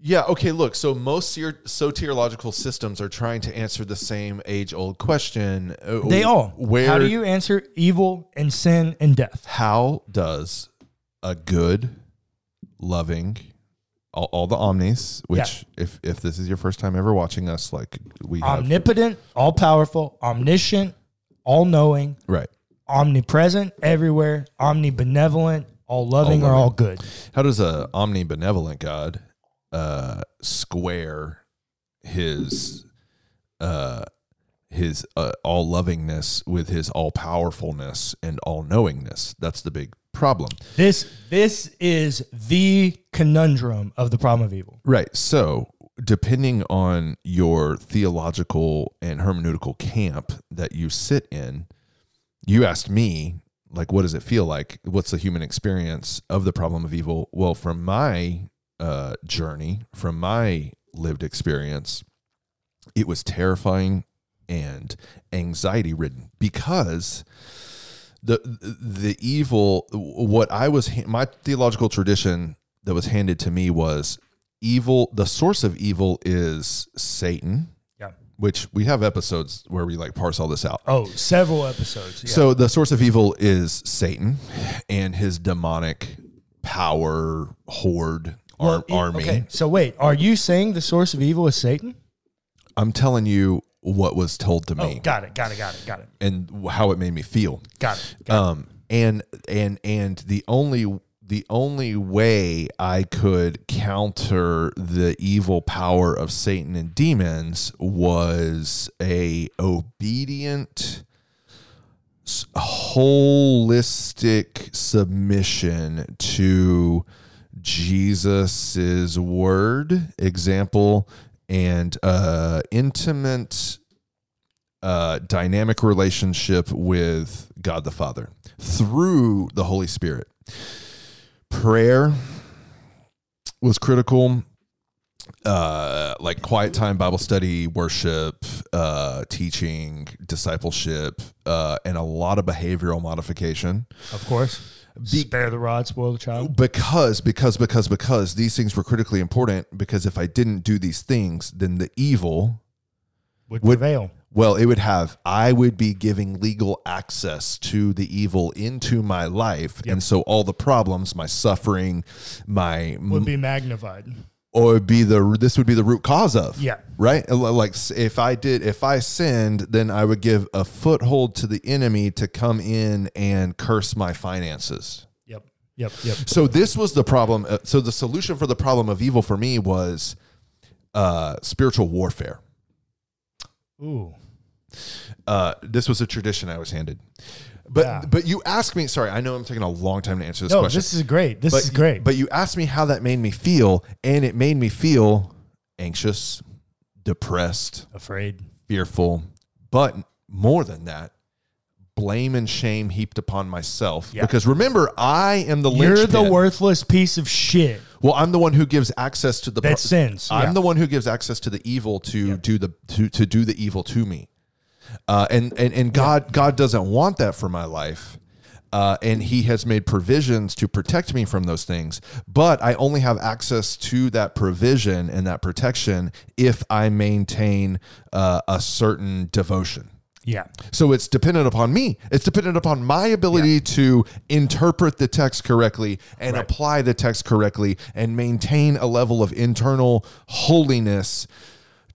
Speaker 2: Yeah, okay, look. So most ser- soteriological systems are trying to answer the same age-old question. Uh,
Speaker 1: They all.
Speaker 2: Where
Speaker 1: How do you answer evil and sin and death?
Speaker 2: how does a good, loving, all, all the omnis, which if if this is your first time ever watching us, like we have,
Speaker 1: Omnipotent, all powerful, omniscient, all knowing,
Speaker 2: right.
Speaker 1: omnipresent, everywhere, omnibenevolent, all loving, or
Speaker 2: loving.
Speaker 1: all good.
Speaker 2: How does a omnibenevolent God uh, square his uh, his uh, all lovingness with his all powerfulness and all knowingness? That's the big problem,
Speaker 1: This this is the conundrum of the problem of evil.
Speaker 2: right? So, depending on your theological and hermeneutical camp that you sit in, you asked me like what does it feel like what's the human experience of the problem of evil well from my uh, journey from my lived experience it was terrifying and anxiety ridden because the the evil what i was my theological tradition that was handed to me was evil the source of evil is satan
Speaker 1: Yeah.
Speaker 2: which we have episodes where we like parse all this out
Speaker 1: Oh, several episodes. Yeah.
Speaker 2: so the source of evil is Satan and his demonic power horde ar-
Speaker 1: Well, e-
Speaker 2: army.
Speaker 1: Okay. So wait, are you saying the source of evil is Satan?
Speaker 2: I'm telling you what was told to
Speaker 1: Oh,
Speaker 2: me
Speaker 1: got it, got it, got it, got it,
Speaker 2: and how it made me feel.
Speaker 1: got it. Got
Speaker 2: Um and and and the only the only way I could counter the evil power of Satan and demons was a obedient s- holistic submission to Jesus's word example and uh intimate uh, dynamic relationship with God the Father through the Holy Spirit. Prayer was critical. Uh, like quiet time, Bible study, worship, uh, teaching, discipleship, uh, and a lot of behavioral modification
Speaker 1: it. Of course. Spare the rod, spoil the child.
Speaker 2: because because because because these things were critically important. Because if I didn't do these things, then the evil
Speaker 1: Would,
Speaker 2: would-
Speaker 1: prevail.
Speaker 2: Well, it would have, I would be giving legal access to the evil into my life. And so all the problems, my suffering, my,
Speaker 1: Would be magnified.
Speaker 2: or be the, this would be the root cause of.
Speaker 1: Yeah.
Speaker 2: Right. Like s- if I did, if I sinned, then I would give a foothold to the enemy to come in and curse my finances.
Speaker 1: Yep. Yep. Yep.
Speaker 2: So this was the problem. uh, So the solution for the problem of evil for me was uh, spiritual warfare.
Speaker 1: Ooh.
Speaker 2: uh, this was a tradition I was handed. But
Speaker 1: Yeah.
Speaker 2: but you asked me. Sorry, I know I'm taking a long time to answer this
Speaker 1: No,
Speaker 2: question.
Speaker 1: this is great. This
Speaker 2: but
Speaker 1: is great.
Speaker 2: But you asked me how that made me feel, and it made me feel anxious, depressed,
Speaker 1: Afraid.
Speaker 2: fearful, but more than that, blame and shame heaped upon myself.
Speaker 1: Yeah.
Speaker 2: Because remember, I am the
Speaker 1: You're the
Speaker 2: linchpin.
Speaker 1: worthless piece of shit
Speaker 2: Well, I'm the one who gives access to the
Speaker 1: that sins.
Speaker 2: I'm
Speaker 1: Yeah.
Speaker 2: the one who gives access to the evil to do the to, to do the evil to me. Uh, and and and God God doesn't want that for my life. Uh, and he has made provisions to protect me from those things, but I only have access to that provision and that protection if I maintain uh, a certain devotion.
Speaker 1: yeah.
Speaker 2: So it's dependent upon me. It's dependent upon my ability to interpret the text correctly and apply the text correctly and maintain a level of internal holiness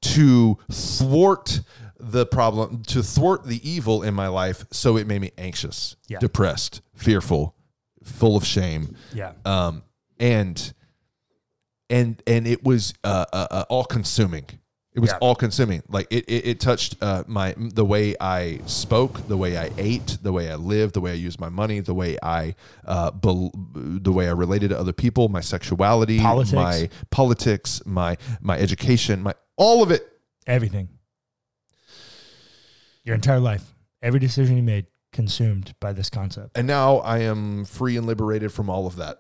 Speaker 2: to thwart the problem, to thwart the evil in my life. So it made me anxious,
Speaker 1: Yeah.
Speaker 2: depressed, fearful, full of shame
Speaker 1: Yeah.
Speaker 2: um, and and and it was uh, uh, uh, all consuming. It was
Speaker 1: Yeah.
Speaker 2: all consuming. Like it, it, it touched uh, my the way I spoke, the way I ate, the way I lived, the way I used my money, the way I uh, bel the way I related to other people, my sexuality,
Speaker 1: Politics.
Speaker 2: my politics, my my education, my all of it.
Speaker 1: Everything. Your entire life. Every decision you made consumed by this concept.
Speaker 2: And now I am free and liberated from all of that.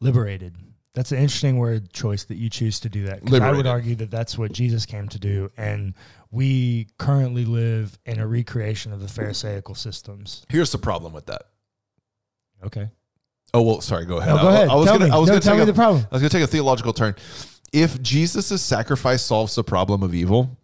Speaker 1: Liberated. That's an interesting word choice that you choose to do that. 'cause I
Speaker 2: Liberated.
Speaker 1: would argue that that's what Jesus came to do, and we currently live in a recreation of the Pharisaical systems.
Speaker 2: Here's the problem with that.
Speaker 1: Okay.
Speaker 2: Oh well, sorry. Go ahead.
Speaker 1: No, go
Speaker 2: I-
Speaker 1: ahead.
Speaker 2: I was
Speaker 1: Tell
Speaker 2: gonna.
Speaker 1: me.
Speaker 2: I was
Speaker 1: No,
Speaker 2: gonna
Speaker 1: tell
Speaker 2: take
Speaker 1: me
Speaker 2: a-
Speaker 1: the problem.
Speaker 2: I was gonna take a theological turn. If Jesus' sacrifice solves the problem of evil,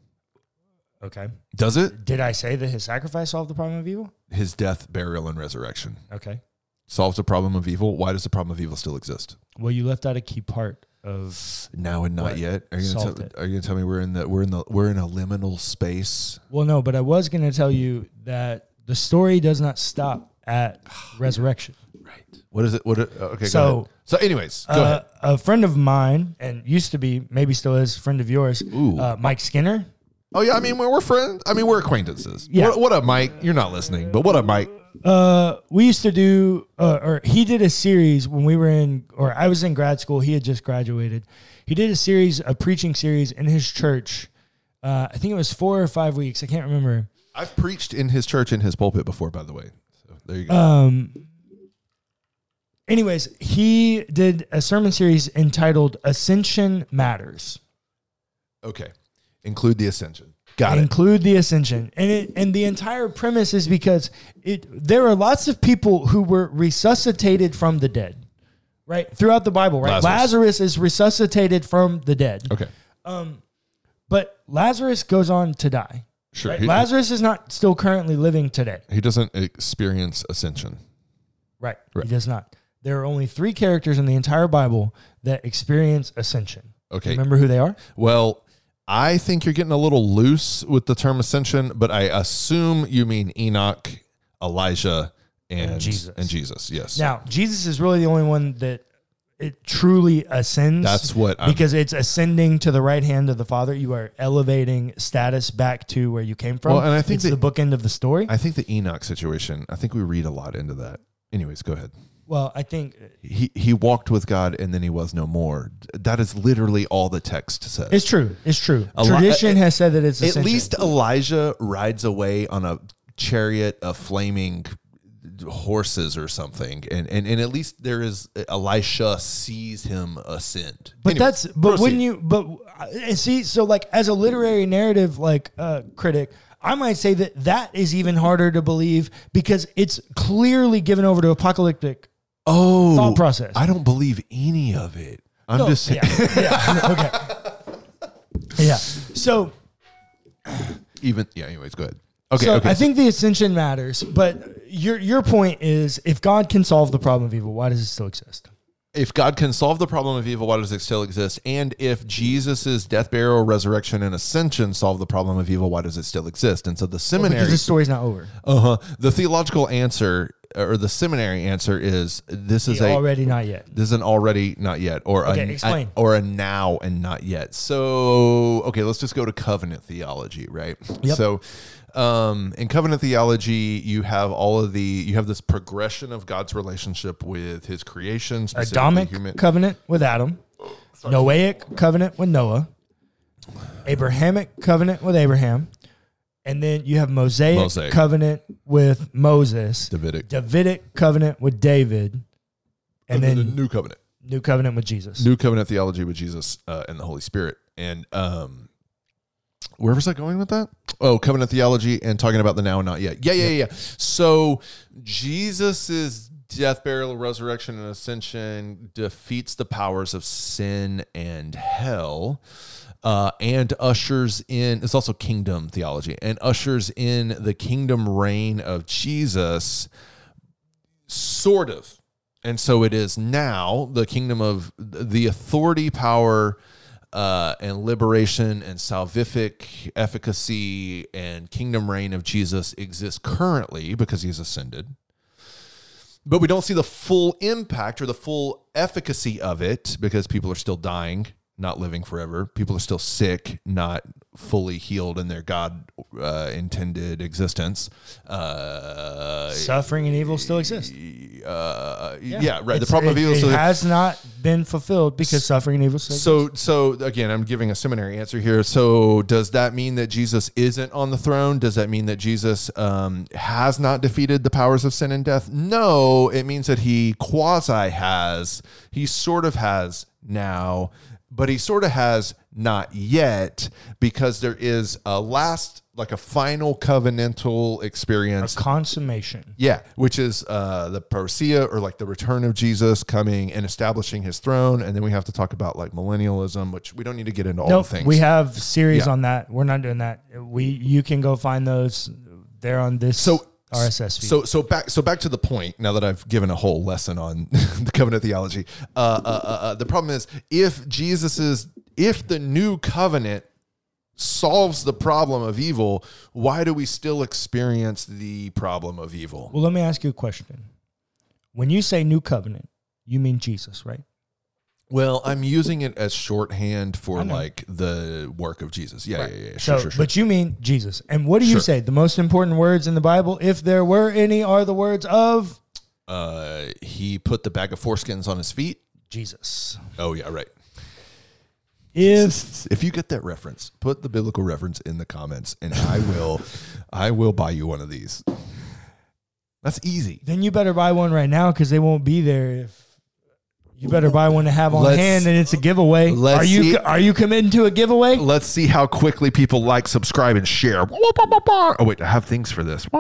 Speaker 1: Okay.
Speaker 2: does it?
Speaker 1: Did I say that his sacrifice solved the problem of evil?
Speaker 2: His death, burial, and resurrection
Speaker 1: Okay.
Speaker 2: solves the problem of evil. Why does the problem of evil still exist?
Speaker 1: Well, you left out a key part of.
Speaker 2: Now and not
Speaker 1: What?
Speaker 2: yet. Are you, gonna
Speaker 1: Solved
Speaker 2: tell,
Speaker 1: it.
Speaker 2: are you gonna tell me we're in the we're in the we're in a liminal space?
Speaker 1: Well, no, but I was going to tell you that the story does not stop at resurrection.
Speaker 2: Right. What is it? What? Are, okay.
Speaker 1: So-
Speaker 2: go ahead. so, anyways, go
Speaker 1: Uh,
Speaker 2: ahead.
Speaker 1: a friend of mine, and used to be, maybe still is, friend of yours,
Speaker 2: Ooh.
Speaker 1: uh, Mike Skinner.
Speaker 2: Oh yeah, I mean we're, we're friends. I mean we're acquaintances.
Speaker 1: Yeah.
Speaker 2: What, what up, Mike? You're not listening, but what up, Mike?
Speaker 1: Uh, we used to do, uh, or he did a series when we were in, or I was in grad school. He had just graduated. He did a series, a preaching series in his church. Uh, I think it was four or five weeks. I can't remember.
Speaker 2: I've preached in his church in his pulpit before, by the way. So there you go.
Speaker 1: Um, anyways, he did a sermon series entitled Ascension Matters.
Speaker 2: okay. Include the ascension. Got it.
Speaker 1: include the ascension and it and the entire premise is because it there are lots of people who were resuscitated from the dead right throughout the bible right
Speaker 2: Lazarus.
Speaker 1: lazarus, is resuscitated from the dead
Speaker 2: Okay.
Speaker 1: but lazarus goes on to die
Speaker 2: Sure.
Speaker 1: right?
Speaker 2: He,
Speaker 1: lazarus is not still currently living today
Speaker 2: he doesn't experience ascension.
Speaker 1: right.
Speaker 2: Right.
Speaker 1: he does not there are only three characters in the entire bible that experience ascension
Speaker 2: Okay.
Speaker 1: remember who they are
Speaker 2: Well, I think you're getting a little loose with the term ascension, but I assume you mean Enoch, Elijah, and,
Speaker 1: And Jesus.
Speaker 2: And Jesus. Yes.
Speaker 1: now jesus is really the only one that it truly ascends
Speaker 2: That's what I'm
Speaker 1: because it's ascending to the right hand of the Father. You are elevating status back to where you came from.
Speaker 2: Well, and I think
Speaker 1: it's
Speaker 2: that-
Speaker 1: the bookend of the story.
Speaker 2: I think the Enoch situation, I think we read a lot into that. Anyways, go ahead.
Speaker 1: well, I think
Speaker 2: He he walked with God and then he was no more. That is literally all the text says.
Speaker 1: it's true. It's true.
Speaker 2: A lot- uh,
Speaker 1: Tradition has said that it's
Speaker 2: At
Speaker 1: ascension.
Speaker 2: least Elijah rides away on a chariot of flaming horses or something, and and, and at least there is Elisha sees him ascend.
Speaker 1: But
Speaker 2: Anyway,
Speaker 1: that's but
Speaker 2: proceed.
Speaker 1: wouldn't you but uh, and see so like as a literary narrative like uh, critic, I might say that that is even harder to believe because it's clearly given over to apocalyptic.
Speaker 2: oh
Speaker 1: thought process.
Speaker 2: I don't believe any of it. I'm
Speaker 1: No,
Speaker 2: just saying,
Speaker 1: yeah, yeah, okay, yeah. So
Speaker 2: even yeah. Anyways, go ahead. Okay,
Speaker 1: so
Speaker 2: okay.
Speaker 1: I think the ascension matters, but your your point is if God can solve the problem of evil, why does it still exist?
Speaker 2: if God can solve the problem of evil, why does it still exist? And if Jesus' death, burial, resurrection, and ascension solve the problem of evil, why does it still exist? And so the seminary
Speaker 1: Because this story's not over.
Speaker 2: Uh huh. The theological answer or the seminary answer is this is a
Speaker 1: Already not yet.
Speaker 2: this is an already not yet or
Speaker 1: Okay,
Speaker 2: a,
Speaker 1: explain.
Speaker 2: a- or a now and not yet. So okay, let's just go to covenant theology, right?
Speaker 1: Yep.
Speaker 2: So um, in covenant theology, you have all of the you have this progression of God's relationship with His creation, specifically
Speaker 1: Adamic
Speaker 2: human.
Speaker 1: covenant with Adam, Noahic covenant with Noah, Abrahamic covenant with Abraham, and then you have Mosaic,
Speaker 2: Mosaic.
Speaker 1: covenant with Moses,
Speaker 2: Davidic.
Speaker 1: Davidic covenant with David, and
Speaker 2: the
Speaker 1: then
Speaker 2: new covenant.
Speaker 1: new covenant with Jesus.
Speaker 2: New covenant theology with Jesus uh, and the Holy Spirit. And um, where was I going with that? Oh, covenant theology and talking about the now and not yet. Yeah, yeah, yeah. yeah. So Jesus's death, burial, resurrection, and ascension defeats the powers of sin and hell. Uh, and ushers in it's also kingdom theology and ushers in the kingdom reign of jesus sort of and so it is now the kingdom of the authority power uh, and liberation and salvific efficacy and kingdom reign of jesus exists currently because he's ascended but we don't see the full impact or the full efficacy of it because people are still dying not living forever people are still sick not fully healed in their god uh, intended existence uh,
Speaker 1: Suffering and evil still exist.
Speaker 2: uh, yeah, right. The
Speaker 1: It's-
Speaker 2: problem of
Speaker 1: it-
Speaker 2: evil.
Speaker 1: it
Speaker 2: So
Speaker 1: has not been fulfilled because suffering and evil. So,
Speaker 2: So, so again, I'm giving a seminary answer here. So, does that mean that Jesus isn't on the throne? Does that mean that Jesus um, has not defeated the powers of sin and death? No, it means that he quasi has. He sort of has now, but he sort of has not yet because there is a last, like a final covenantal experience
Speaker 1: consummation.
Speaker 2: yeah, which is uh, the parousia or like the return of Jesus coming and establishing his throne. And then we have to talk about like millennialism, which we don't need to get into all
Speaker 1: Nope,
Speaker 2: the things.
Speaker 1: we have series
Speaker 2: Yeah.
Speaker 1: on that. We're not doing that. We you can go find those. They're on this
Speaker 2: So-
Speaker 1: RSS feed.
Speaker 2: so so back so back to the point. Now that I've given a whole lesson on the covenant theology, uh, uh, uh, uh, the problem is if Jesus's if the new covenant solves the problem of evil, why do we still experience the problem of evil?
Speaker 1: well, let me ask you a question. When you say new covenant, you mean Jesus, right?
Speaker 2: Well, I'm using it as shorthand for
Speaker 1: I know.
Speaker 2: like the work of Jesus. Yeah, yeah, yeah. Sure,
Speaker 1: so,
Speaker 2: sure, sure.
Speaker 1: but you mean Jesus. And what do you
Speaker 2: Sure.
Speaker 1: say? The most important words in the Bible, if there were any, are the words of
Speaker 2: uh, he put the bag of foreskins on his feet.
Speaker 1: Jesus.
Speaker 2: Oh yeah, right.
Speaker 1: If
Speaker 2: If you get that reference, put the biblical reference in the comments, and I will, I will buy you one of these. That's easy.
Speaker 1: then you better buy one right now because they won't be there. If you better buy one to have on
Speaker 2: Let's-
Speaker 1: hand, and it's a giveaway.
Speaker 2: let's
Speaker 1: are you
Speaker 2: see.
Speaker 1: are you committing to a giveaway?
Speaker 2: Let's see how quickly people like, subscribe, and share. Oh wait, I have things for this.
Speaker 1: The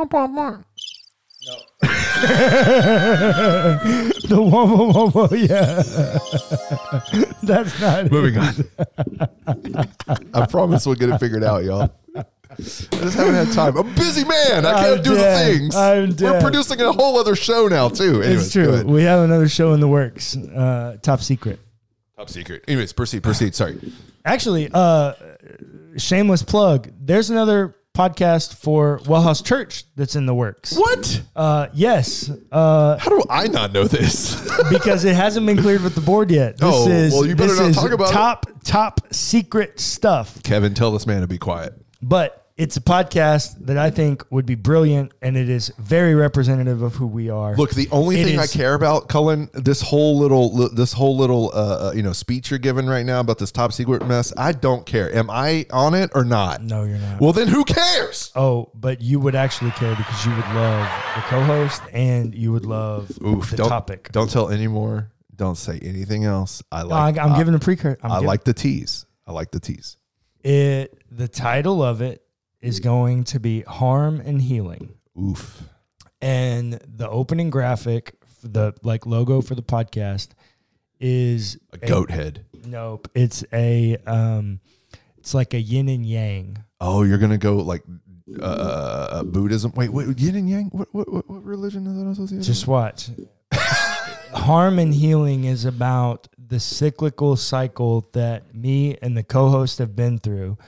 Speaker 1: whoa, whoa, whoa, whoa, yeah. That's not. it.
Speaker 2: Moving on. I promise we'll get it figured out, y'all. I just haven't had time. I'm a busy man. I can't
Speaker 1: I'm
Speaker 2: do
Speaker 1: dead.
Speaker 2: the things.
Speaker 1: I'm
Speaker 2: We're
Speaker 1: dead.
Speaker 2: producing a whole other show now, too. Anyways,
Speaker 1: It's
Speaker 2: go
Speaker 1: true.
Speaker 2: ahead.
Speaker 1: We have another show in the works. Uh, top secret.
Speaker 2: Top secret. Anyways, proceed, proceed. Sorry.
Speaker 1: Actually, uh, shameless plug. There's another podcast for Wellhouse Church that's in the works.
Speaker 2: What?
Speaker 1: Uh, yes, uh,
Speaker 2: How do I not know this?
Speaker 1: because it hasn't been cleared with the board yet. This
Speaker 2: Oh,
Speaker 1: is
Speaker 2: well, you better
Speaker 1: this
Speaker 2: not
Speaker 1: is
Speaker 2: talk about it.
Speaker 1: top top secret stuff.
Speaker 2: Kevin, tell this man to be quiet.
Speaker 1: but it's a podcast that I think would be brilliant, and it is very representative of who we are.
Speaker 2: Look, the only
Speaker 1: It
Speaker 2: thing I
Speaker 1: is-
Speaker 2: care about, Cullen, this whole little, this whole little, uh, uh, you know, speech you're giving right now about this top secret mess. I don't care. Am I on it or not?
Speaker 1: no, you're not.
Speaker 2: Well, then who cares?
Speaker 1: oh, but you would actually care because you would love the co-host and you would love
Speaker 2: Oof!
Speaker 1: the
Speaker 2: don't,
Speaker 1: topic.
Speaker 2: Don't tell any more. Don't say anything else. I
Speaker 1: I,
Speaker 2: like.
Speaker 1: I'm
Speaker 2: I,
Speaker 1: giving a precursor. I'm
Speaker 2: I
Speaker 1: giving-
Speaker 2: like the tease. I like the tease.
Speaker 1: it. The title of it is going to be "Harm and Healing."
Speaker 2: Oof!
Speaker 1: and the opening graphic the like logo for the podcast is
Speaker 2: A goat head.
Speaker 1: nope it's a um it's like a yin and yang
Speaker 2: Oh, you're gonna go like uh, uh, Buddhism. Wait, what? Yin and Yang. What? What? What, what religion is that associated?
Speaker 1: just watch harm and healing is about the cyclical cycle that me and the co-host have been through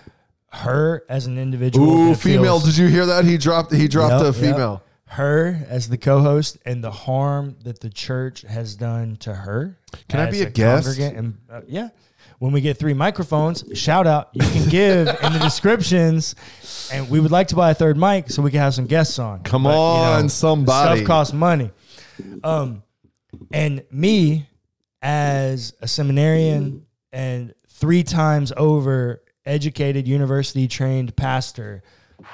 Speaker 1: her as an individual
Speaker 2: Ooh,
Speaker 1: that
Speaker 2: female!
Speaker 1: feels-
Speaker 2: Did you hear that? He dropped. He dropped
Speaker 1: Yep,
Speaker 2: a
Speaker 1: yep.
Speaker 2: female.
Speaker 1: her as the co-host and the harm that the church has done to her.
Speaker 2: Can I
Speaker 1: as
Speaker 2: be a guest?
Speaker 1: congregant And, uh, yeah. When we get three microphones, shout out. You can give in the descriptions, and we would like to buy a third mic so we can have some guests on.
Speaker 2: Come
Speaker 1: But, you
Speaker 2: on,
Speaker 1: know,
Speaker 2: somebody.
Speaker 1: Stuff costs money. Um, and me as a seminarian and three times over educated university trained pastor,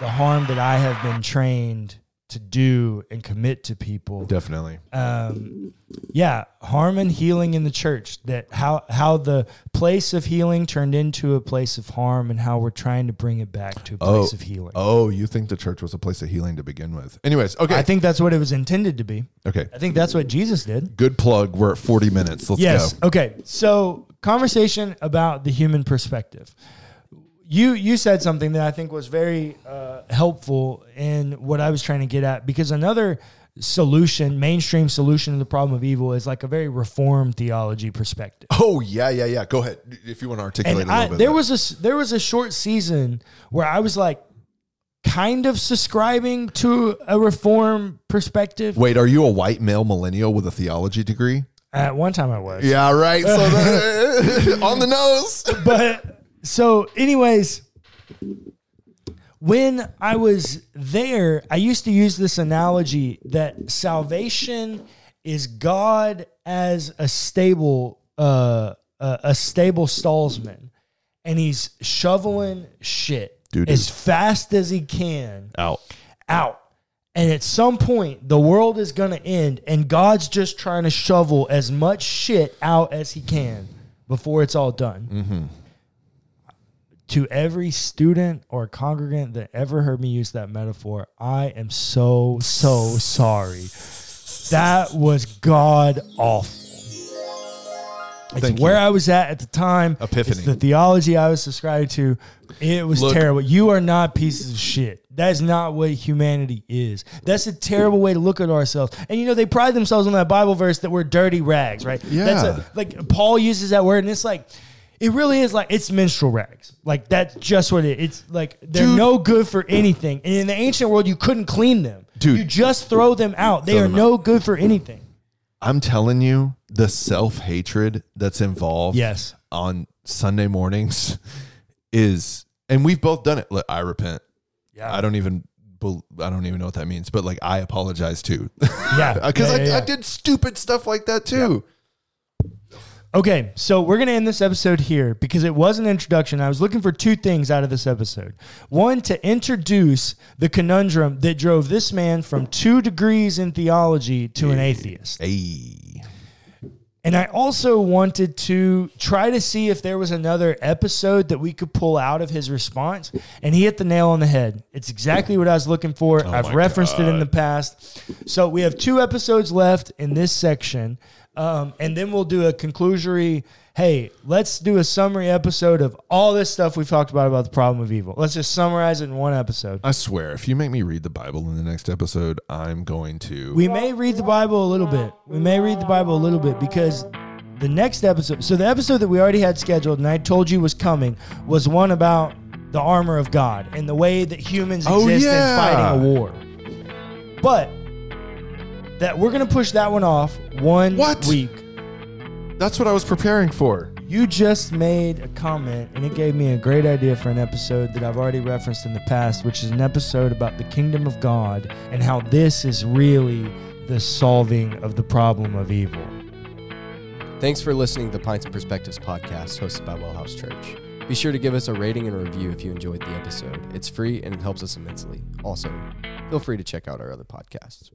Speaker 1: the harm that I have been trained to do and commit to people.
Speaker 2: Definitely.
Speaker 1: Um, yeah, harm and healing in the church. That how how the place of healing turned into a place of harm, and how we're trying to bring it back to a place of healing.
Speaker 2: Oh, you think the church was a place of healing to begin with? Anyways, okay,
Speaker 1: I think that's what it was intended to be.
Speaker 2: okay.
Speaker 1: I think that's what Jesus did.
Speaker 2: Good plug. We're at forty minutes. Let's
Speaker 1: Yes.
Speaker 2: go.
Speaker 1: Okay. So conversation about the human perspective. You you said something that I think was very uh, helpful in what I was trying to get at because another solution, mainstream solution to the problem of evil, is like a very reformed theology perspective.
Speaker 2: Oh yeah, yeah, yeah. Go ahead if you want to articulate
Speaker 1: And
Speaker 2: a little
Speaker 1: I,
Speaker 2: bit.
Speaker 1: there
Speaker 2: of
Speaker 1: was a s- there was a short season where I was like kind of subscribing to a reform perspective.
Speaker 2: that. Wait, are you a white male millennial with a theology degree?
Speaker 1: At one time, I was.
Speaker 2: Yeah, right. So that, on the nose.
Speaker 1: but so anyways when i was there i used to use this analogy that salvation is god as a stable uh, a, a stable stallsman, and he's shoveling shit
Speaker 2: Doo-doo.
Speaker 1: as fast as he can
Speaker 2: Out.
Speaker 1: out. And at some point, the world is going to end, and God's just trying to shovel as much shit out as he can before it's all done.
Speaker 2: Mm-hmm.
Speaker 1: To every student or congregant that ever heard me use that metaphor, I am so, so sorry. That was God awful. It's
Speaker 2: Thank you.
Speaker 1: where I was at at the time.
Speaker 2: Epiphany.
Speaker 1: It's the theology I was subscribed to. It was
Speaker 2: Look-
Speaker 1: terrible. You are not pieces of shit. That's not what humanity is. That's a terrible way to look at ourselves. And you know, they pride themselves on that Bible verse that we're dirty rags, right? That's
Speaker 2: Yeah.
Speaker 1: a, like Paul uses that word, and it's like, it really is like it's minstrel rags. Like that's just what it. It's like they're
Speaker 2: Dude.
Speaker 1: no good for anything. And in the ancient world, you couldn't clean them.
Speaker 2: Dude.
Speaker 1: you just throw them out. They
Speaker 2: Throw
Speaker 1: are
Speaker 2: them
Speaker 1: no good for anything.
Speaker 2: I'm telling you, the self hatred that's involved
Speaker 1: Yes.
Speaker 2: on Sunday mornings is, and we've both done it. Look, I repent.
Speaker 1: Yeah.
Speaker 2: I don't even. bel- I don't even know what that means, but like I apologize too,
Speaker 1: Yeah.
Speaker 2: because
Speaker 1: Yeah,
Speaker 2: Uh, I,
Speaker 1: yeah, yeah.
Speaker 2: I did stupid stuff like that too.
Speaker 1: Okay, so we're going to end this episode here because it was an introduction. I was looking for two things out of this episode. One, to introduce the conundrum that drove this man from two degrees in theology to an atheist.
Speaker 2: Hey,
Speaker 1: And I also wanted to try to see if there was another episode that we could pull out of his response. And he hit the nail on the head. It's exactly what I was looking for. I've
Speaker 2: my
Speaker 1: referenced it in the past. So we have two episodes left in this section. Um, and then we'll do a conclusory hey, let's do a summary episode of all this stuff we've talked about about the problem of evil. Let's just summarize it in one episode.
Speaker 2: I swear, if you make me read the Bible in the next episode, I'm going to.
Speaker 1: We may read the Bible a little bit. We may read the Bible a little bit because the next episode, so the episode that we already had scheduled and I told you was coming was one about the armor of God and the way that humans
Speaker 2: Oh,
Speaker 1: exist
Speaker 2: yeah.
Speaker 1: in fighting a war. But that we're going to push that one off one
Speaker 2: What?
Speaker 1: week.
Speaker 2: That's what I was preparing for.
Speaker 1: You just made a comment and it gave me a great idea for an episode that I've already referenced in the past, which is an episode about the kingdom of God and how this is really the solving of the problem of evil.
Speaker 3: Thanks for listening to the Pints and Perspectives podcast hosted by Wellhouse Church. Be sure to give us a rating and a review if you enjoyed the episode. It's free and it helps us immensely. Also, feel free to check out our other podcasts.